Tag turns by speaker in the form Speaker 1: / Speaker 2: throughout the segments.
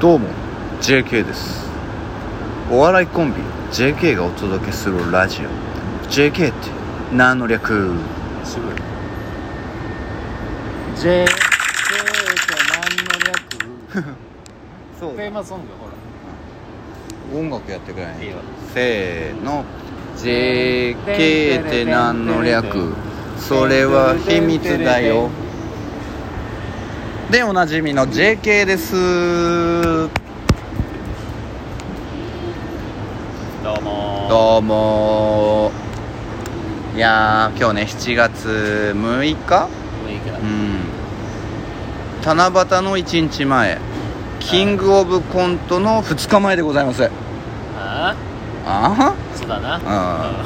Speaker 1: どうも JK ですお笑いコンビ JK がお届けするラジオ JK って何の略
Speaker 2: すごい
Speaker 1: J
Speaker 2: 何の略
Speaker 1: そ
Speaker 2: テーマソングほ
Speaker 1: 音楽やってくれな
Speaker 2: らいいよ
Speaker 1: せーの JK って何の略それは秘密だよでおなじみの JK です
Speaker 2: どうも
Speaker 1: どうもいやー今日ね7月6日
Speaker 2: ういいから
Speaker 1: うん七夕の1日前キングオブコントの2日前でございますあ
Speaker 2: あ
Speaker 1: あ
Speaker 2: あそうだな
Speaker 1: あ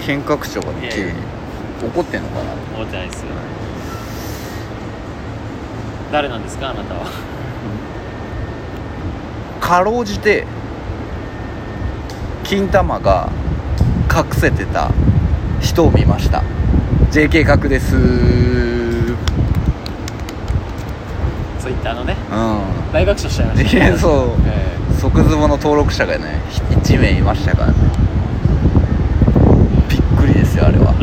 Speaker 1: 喧嘩口調が
Speaker 2: い
Speaker 1: ね
Speaker 2: やいや
Speaker 1: 急に怒ってんのかな
Speaker 2: うん思ってないっすよ誰なんですかあなたは
Speaker 1: かろうじて金玉が隠せてた人を見ました JK 角ですうん
Speaker 2: ツイッターのね大爆笑しちゃいまし
Speaker 1: い
Speaker 2: たね
Speaker 1: やそう
Speaker 2: え
Speaker 1: 即ズボの登録者がね1名いましたからねびっくりですよあれは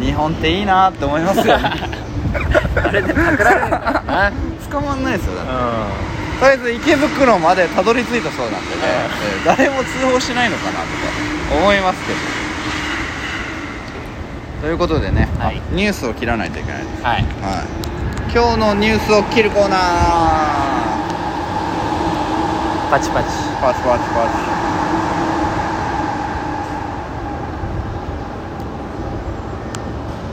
Speaker 2: えうん
Speaker 1: 日本っていいなって思いますよね
Speaker 2: あれでパクられるんだよな
Speaker 1: 捕まんないですよだって
Speaker 2: う
Speaker 1: とりあえず池袋までたどり着いたそうなんでねえー誰も通報しないのかなとか思いますけどということでね、
Speaker 2: はい
Speaker 1: あニュースを切らないといけないです、
Speaker 2: んはい
Speaker 1: はい、今日のニュースを切るコーナー
Speaker 2: パチパチ
Speaker 1: パチパチパチ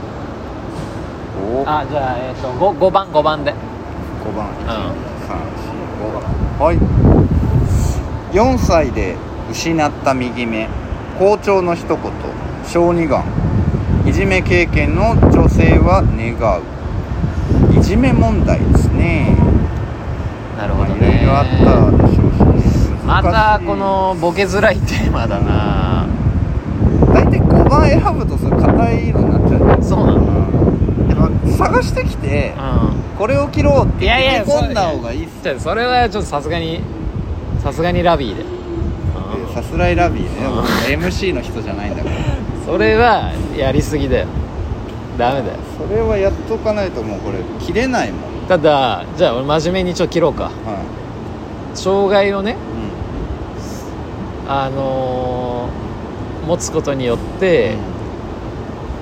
Speaker 1: お
Speaker 2: あじゃあえっ、と 5, 5番5番で
Speaker 1: 5番
Speaker 2: うん
Speaker 1: はい4歳で失った右目校長の一言小児がんいじめ経験の女性は願ういじめ問題ですね
Speaker 2: なるほど
Speaker 1: まあいろ
Speaker 2: ね
Speaker 1: いろあったでしょうし
Speaker 2: ま
Speaker 1: 難
Speaker 2: た
Speaker 1: しい
Speaker 2: このボケづらいテーマだな
Speaker 1: 大体5番選ぶとそれ硬いのになっちゃう
Speaker 2: そうなの
Speaker 1: でも探してきて
Speaker 2: う
Speaker 1: これを切ろうって
Speaker 2: い
Speaker 1: 切
Speaker 2: やいや
Speaker 1: り込んだ方がいいっす
Speaker 2: んじゃあそれはちょっとさすがにさすがにラビーで、
Speaker 1: ってさすらいラビーね
Speaker 2: うん
Speaker 1: もう MC の人じゃないんだから
Speaker 2: それはやりすぎだよダメだよ
Speaker 1: それはやっとかないともうこれ切れないもん、
Speaker 2: ただじゃあ俺真面目にちょっと切ろうか
Speaker 1: は
Speaker 2: 障害をね
Speaker 1: いうん
Speaker 2: あのー持つことによって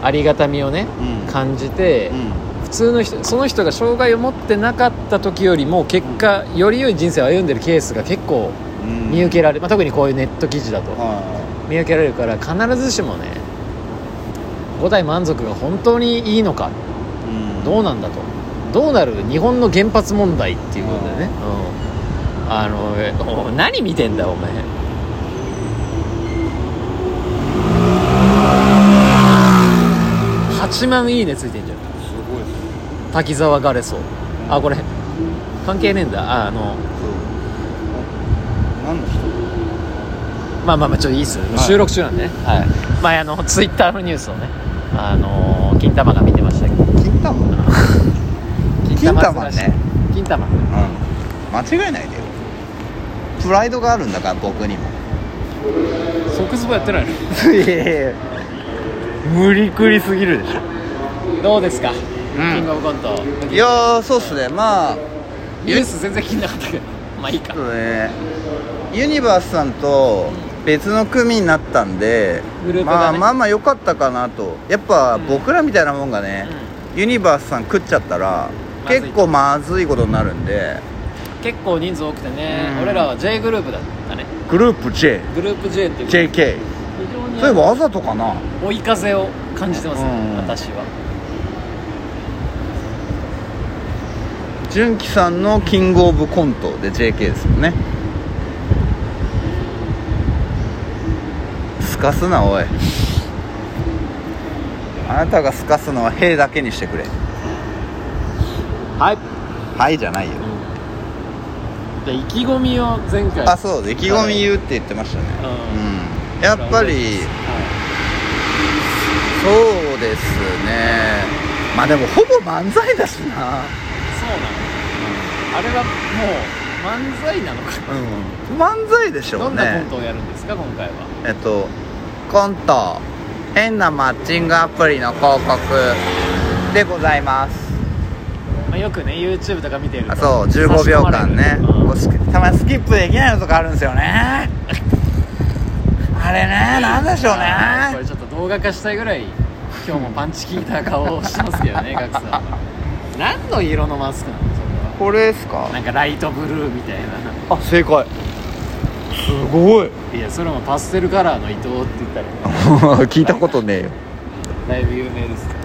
Speaker 2: ありがたみをね
Speaker 1: うん
Speaker 2: 感じて、
Speaker 1: うん
Speaker 2: 普通の人その人が障害を持ってなかった時よりも結果、より良い人生を歩んでるケースが結構
Speaker 1: うん
Speaker 2: 見受けられる、まあ、特にこういうネット記事だと
Speaker 1: は
Speaker 2: 見受けられるから必ずしもね五体満足が本当にいいのか
Speaker 1: い、うん
Speaker 2: どうなんだとどうなる日本の原発問題っていうことでね、うんあのえお何見てんだお前8万いいねついてんじゃん
Speaker 1: すごいです
Speaker 2: 滝沢ガレソあこれ関係ねえんだああの
Speaker 1: そうあ何の人
Speaker 2: まあまあまあちょっといいっす、
Speaker 1: い
Speaker 2: 収録中なんでねはいまああのツイッターのニュースをねあの金玉が見てましたけど
Speaker 1: 金玉うん金玉ね
Speaker 2: 金玉
Speaker 1: 間違えないでよプライドがあるんだから僕にも
Speaker 2: 即ズボやってないの
Speaker 1: いやいや無理くりすぎるでしょ
Speaker 2: どうですか、
Speaker 1: ん
Speaker 2: キングオブコント
Speaker 1: いやーそうっすねまあ
Speaker 2: ニュース全然気になかったけどまあいいか
Speaker 1: そうねユニバースさんと別の組になったんで、
Speaker 2: グループ
Speaker 1: ま
Speaker 2: が
Speaker 1: あ
Speaker 2: ね
Speaker 1: まあまあ良かったかなとやっぱ
Speaker 2: うん
Speaker 1: 僕らみたいなもんがね、ユニバースさん食っちゃったら
Speaker 2: まずい
Speaker 1: 結構まずいことになるんで
Speaker 2: 結構人数多くてね、
Speaker 1: うん
Speaker 2: 俺らは J グループだったね
Speaker 1: グループ J
Speaker 2: グループ J ってい
Speaker 1: JK
Speaker 2: う非常に
Speaker 1: それわざとかな
Speaker 2: 追い風を感じてますね、
Speaker 1: うん
Speaker 2: 私は
Speaker 1: 純喜さんのキングオブコントで JK ですもんねすかすなおいあなたがすかすのは兵だけにしてくれ
Speaker 2: はい
Speaker 1: はいじゃないよ
Speaker 2: じゃあ意気込みを前回
Speaker 1: あそう意気込み言うって言ってましたねうんやっぱりそうですねまあでもほぼ漫才だしな
Speaker 2: そうなのあれはもう漫才なのか
Speaker 1: うん漫才でしょ
Speaker 2: ど
Speaker 1: うん
Speaker 2: なコン
Speaker 1: ね
Speaker 2: トをやるんですか今回は
Speaker 1: えっとコント変なマッチングアプリの広告でございます
Speaker 2: まあ、よくね YouTube とか見てると
Speaker 1: あそう15秒間ね
Speaker 2: 差し込
Speaker 1: こう
Speaker 2: まれる
Speaker 1: スキたまにスキップできないのとかあるんですよねあれねなんでしょう
Speaker 2: あーこれ
Speaker 1: ね
Speaker 2: ちょっと動画化したいぐらい今日もパンチ効いた顔をしてますけ どねガクさんは何の色のマスクなのそれは
Speaker 1: これですか
Speaker 2: なんかライトブルーみたいな
Speaker 1: あ正解すごい
Speaker 2: いやそれもパステルカラーの伊藤って言ったらね
Speaker 1: 聞いたことねえよ
Speaker 2: だいぶ有名です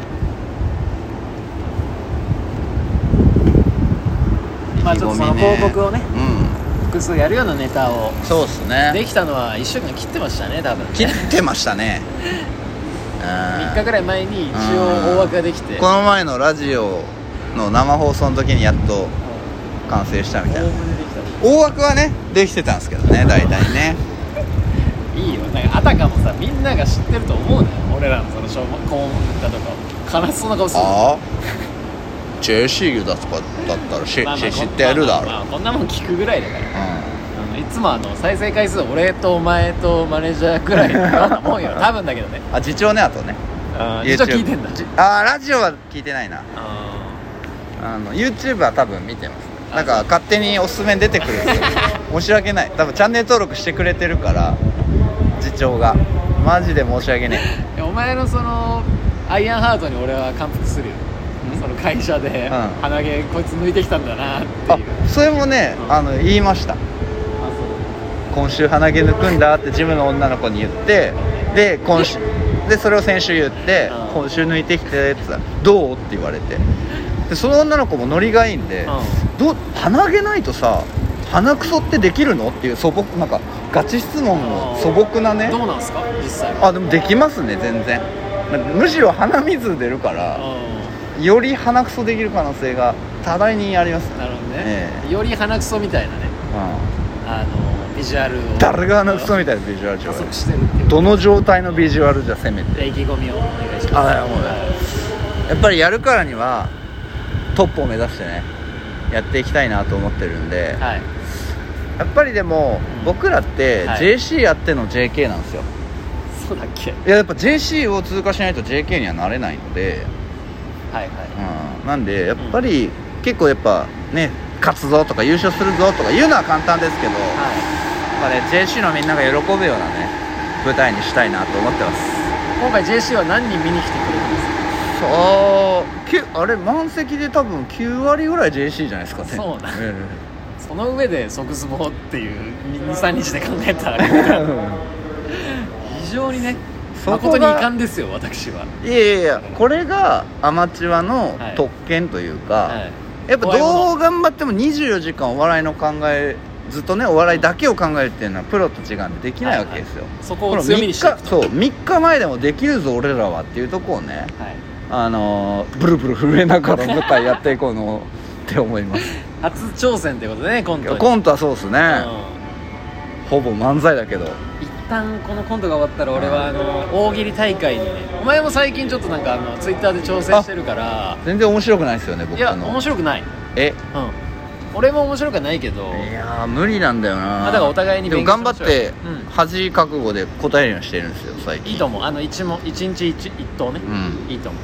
Speaker 2: まあちょっとその広告をね
Speaker 1: う
Speaker 2: 複数やるようなネタを
Speaker 1: んそうっす
Speaker 2: で
Speaker 1: ね
Speaker 2: きたのは一週間切ってましたね多分
Speaker 1: 切ってました ねうん
Speaker 2: 3日ぐらい前に一応大枠ができて
Speaker 1: この前のラジオの生放送の時にやっと完成したみたいな大枠はねできてたんですけどね大体ね
Speaker 2: いいよなんかあたかもさみんなが知ってると思うなよ俺らのその小学校だとかを悲しそうな顔する
Speaker 1: ああ JCU だとかだったらし
Speaker 2: まあま
Speaker 1: し
Speaker 2: あ
Speaker 1: 知ってやるだ
Speaker 2: まあまあ
Speaker 1: ろ
Speaker 2: こんなもん聞くぐらいだからあのいつもあの再生回数俺とお前とマネージャーくらいのようなもんよ多分だけどね
Speaker 1: うんあ次長ねあとね
Speaker 2: うん一応
Speaker 1: YouTube
Speaker 2: 聞いてんだ
Speaker 1: じああラジオは聞いてないな
Speaker 2: あ
Speaker 1: あの YouTube は多分見てます
Speaker 2: あ
Speaker 1: なんか勝手におすすめに出てくる んですよ申し訳ない多分チャンネル登録してくれてるから次長がマジで申し訳ねえ
Speaker 2: ーいやお前のそのアイアンハートに俺は感服するよその会社で
Speaker 1: うん
Speaker 2: 鼻毛こいつ抜いてきたんだなって
Speaker 1: あ
Speaker 2: いう
Speaker 1: それもね、
Speaker 2: うん
Speaker 1: あの言いました
Speaker 2: あ
Speaker 1: 今週鼻毛抜くんだってジムの女の子に言ってで今週でそれを先週言って
Speaker 2: うん
Speaker 1: 今週抜いてきてって言ったら「どう?」って言われてでその女の子もノリがいいんで「どう鼻毛ないとさ鼻くそってできるの?」っていう素朴なんかガチ質問の素朴なね
Speaker 2: そうどうなんすか実際は
Speaker 1: あでもできますね全然むしろ鼻水出るから
Speaker 2: う
Speaker 1: より鼻くそできる可能性が多大にあります
Speaker 2: んなるほどね、
Speaker 1: え
Speaker 2: より鼻くそみたいなね
Speaker 1: うん
Speaker 2: あのビジュアルを
Speaker 1: 誰が鼻くそみたいなビジュアルじゃ
Speaker 2: 加
Speaker 1: ない
Speaker 2: 速してるっていう
Speaker 1: どの状態のビジュアルじゃせめて
Speaker 2: 意気込みをお願いします
Speaker 1: あいやもうねやっぱりやるからにはトップを目指してねやっていきたいなと思ってるんで
Speaker 2: はい
Speaker 1: やっぱりでも
Speaker 2: うん
Speaker 1: 僕らって
Speaker 2: はい
Speaker 1: JC やっての JK なんですよ
Speaker 2: そうだっけ
Speaker 1: いややっぱ JC を通過しないと JK にはなれないので、
Speaker 2: はいは
Speaker 1: うん、なんでやっぱり結構やっぱね勝つぞとか優勝するぞとか言うのは簡単ですけど
Speaker 2: い
Speaker 1: や
Speaker 2: は
Speaker 1: っぱね JC のみんなが喜ぶようなね舞台にしたいなと思ってます
Speaker 2: い今回 JC は何人見に来てくれるんです
Speaker 1: さあけあれ満席で多分9割ぐらい JC じゃないですかね
Speaker 2: そうだ
Speaker 1: え
Speaker 2: かその上で即ズボっていう23日で考えた
Speaker 1: え
Speaker 2: ら非常にね
Speaker 1: そこが
Speaker 2: 誠に遺憾ですよ私は い
Speaker 1: やいやいやこれがアマチュアの特権というか、
Speaker 2: はい
Speaker 1: やっぱ
Speaker 2: 怖いもの
Speaker 1: どう頑張っても24時間お笑いの考えずっとねお笑いだけを考えるっていうのはプロと違うんでできないわけですよ、
Speaker 2: そこ
Speaker 1: こ
Speaker 2: を
Speaker 1: の
Speaker 2: 強み
Speaker 1: 3
Speaker 2: に
Speaker 1: 日
Speaker 2: していくと
Speaker 1: そう3日前でもできるぞ俺らはっていうとこをね
Speaker 2: はい
Speaker 1: あのー、ブルブル震えながら舞台やっていこうのって思います
Speaker 2: 初挑戦ってことでねコ ントに
Speaker 1: コントはそうですね、
Speaker 2: うん
Speaker 1: ほぼ漫才だけど
Speaker 2: 一旦このコントが終わったら俺はあの大喜利大会にねお前も最近ちょっとなんかあのツイッターで挑戦してるから
Speaker 1: 全然面白くないですよね僕
Speaker 2: いや
Speaker 1: の
Speaker 2: 面白くない
Speaker 1: え
Speaker 2: うん俺も面白くはないけど
Speaker 1: いやー無理なんだよな
Speaker 2: あだからお互いに
Speaker 1: でも
Speaker 2: 勉強し
Speaker 1: 頑張
Speaker 2: ま
Speaker 1: っ
Speaker 2: しょう
Speaker 1: て
Speaker 2: うん
Speaker 1: 恥覚悟で答えるようにしてるんですよ最近
Speaker 2: いいと思うあの一問一日一一答ね、
Speaker 1: う
Speaker 2: いいと思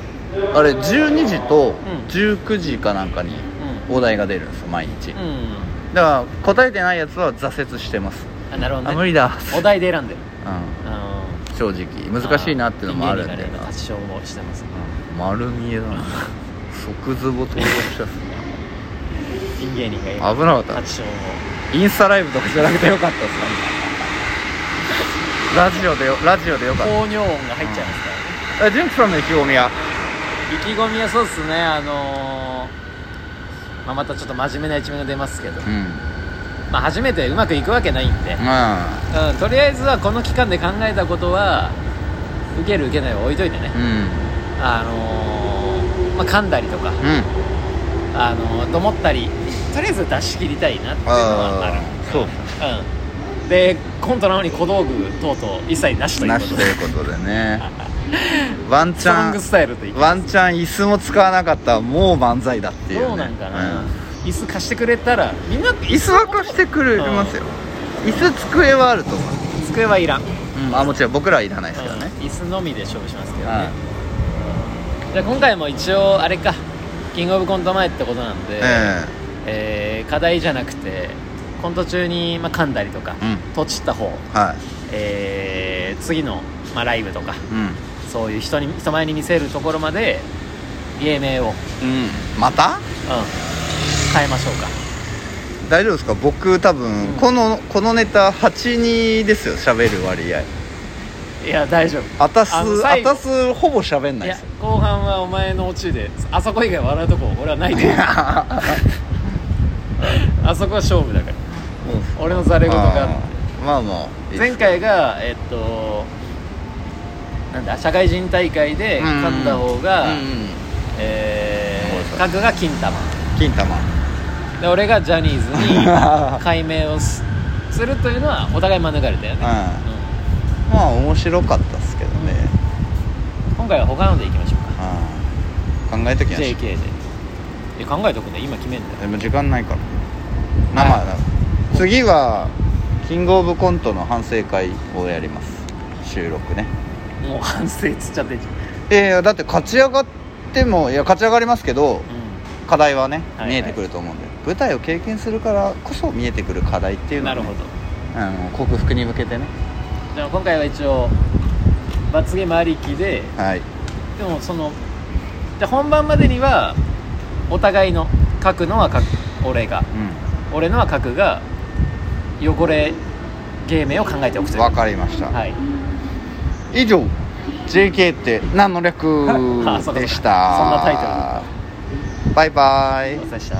Speaker 2: う
Speaker 1: あれ12時と
Speaker 2: ん
Speaker 1: 19時かなんかにお題が出るんですよ毎日だ
Speaker 2: うん、うん、
Speaker 1: から答えてないやつは挫折してます
Speaker 2: あなるほど
Speaker 1: あ
Speaker 2: ね
Speaker 1: 無理だ
Speaker 2: お題で選んでる
Speaker 1: う
Speaker 2: うん
Speaker 1: ん正直難しいなっていうのもあるん
Speaker 2: ピン
Speaker 1: で
Speaker 2: 芸人がね立ち消耗してますね
Speaker 1: うん丸見えだな即ズボ登録したっすね
Speaker 2: ピン芸人が今
Speaker 1: 危なかった
Speaker 2: 立ち消
Speaker 1: インスタライブとかじゃなくてよかったっすねラジオでよラジオでよかっ
Speaker 2: 耗高尿音が入っちゃいますからね、
Speaker 1: たえジュンクさんの意気込みは
Speaker 2: 意気込みはそうっすねあのーまあ、またちょっと真面目な一面が出ますけど、
Speaker 1: うん
Speaker 2: まあ、初めてうまくいくわけないんで、
Speaker 1: まあ
Speaker 2: うん、とりあえずはこの期間で考えたことは受ける受けないは置いといてね
Speaker 1: う、ん
Speaker 2: あのーまあ、噛んだりとか、
Speaker 1: うん
Speaker 2: あのと思ったりとりあえず出し切りたいなっていうのはある
Speaker 1: ああそう
Speaker 2: うんでコントなのに小道具等々一切なしという
Speaker 1: な
Speaker 2: こ
Speaker 1: し
Speaker 2: と
Speaker 1: と
Speaker 2: で
Speaker 1: いうことで ねワンチ
Speaker 2: ソン
Speaker 1: ャ
Speaker 2: グ
Speaker 1: ン
Speaker 2: スタイルといい
Speaker 1: ワンチャン椅子も使わなかったらもう漫才だっていう、ね、
Speaker 2: どうなんかな
Speaker 1: うん
Speaker 2: 椅子貸してくれたらみんな椅
Speaker 1: 椅子は貸してくれますよ椅子机はあると思う、
Speaker 2: 机はいらん、
Speaker 1: うん、あもちろん僕らはいらないですけどね、
Speaker 2: 椅子のみで勝負しますけどね、
Speaker 1: はい
Speaker 2: じゃあ今回も一応あれかキングオブコント前ってことなんで、
Speaker 1: え
Speaker 2: えー課題じゃなくてコント中に、まあ、噛んだりとか、
Speaker 1: うん
Speaker 2: とちった方、
Speaker 1: えはい
Speaker 2: えー次の、まあ、ライブとか
Speaker 1: うん
Speaker 2: そういう人に人前に見せるところまで芸名を、うん、
Speaker 1: うんまた
Speaker 2: 変えましょうか
Speaker 1: 大丈夫ですか僕多分、
Speaker 2: うん
Speaker 1: このこのネタ82ですよ喋る割合
Speaker 2: いや大丈夫
Speaker 1: あたす
Speaker 2: あの
Speaker 1: あ
Speaker 2: 最後
Speaker 1: たすほぼ喋んないで
Speaker 2: いや
Speaker 1: す
Speaker 2: 後半はお前のオチであそこ以外笑うとこ俺はない
Speaker 1: い
Speaker 2: で
Speaker 1: や
Speaker 2: あそこは勝負だから
Speaker 1: うん
Speaker 2: 俺のざれ言があっ
Speaker 1: あ
Speaker 2: て
Speaker 1: ーまあまあいいで
Speaker 2: 前
Speaker 1: す
Speaker 2: 回がえっとなんだ社会人大会で勝った方が、
Speaker 1: うんうん
Speaker 2: えー、角が金玉
Speaker 1: 金玉
Speaker 2: で俺がジャニー ズに改名をすするというのはお互い免れたよね、
Speaker 1: うん
Speaker 2: う
Speaker 1: まあ面白かったっすけどね、
Speaker 2: ん、今回は他のでいきましょうか
Speaker 1: うん考えときましょう
Speaker 2: JK でえ考えとくね今決めんだよ
Speaker 1: でも時間ないからまあまあ
Speaker 2: は
Speaker 1: 次はキングオブコントの反省会をやります収録ね
Speaker 2: もう反省つっちゃってんじゃん、
Speaker 1: いやいやだって勝ち上がってもいや勝ち上がりますけど課題はね、
Speaker 2: はいは
Speaker 1: 見
Speaker 2: い
Speaker 1: えてくると思うんで舞台を経験するからこそ見えてくる課題っていう
Speaker 2: うん、
Speaker 1: の
Speaker 2: な
Speaker 1: は
Speaker 2: る
Speaker 1: ね、
Speaker 2: ほど
Speaker 1: あの克服に向けてね
Speaker 2: じゃあ今回は一応罰ゲームありきで
Speaker 1: はい
Speaker 2: でもそので本番までにはお互いの書くのは書く俺が
Speaker 1: う
Speaker 2: 俺のは書くが汚れ芸名を考えておくとい
Speaker 1: ん
Speaker 2: う
Speaker 1: わかりました、
Speaker 2: はい
Speaker 1: 以上 JK って何の略
Speaker 2: あそうかそうか
Speaker 1: でした
Speaker 2: そんなタイト
Speaker 1: バイバイ
Speaker 2: お疲れ様でした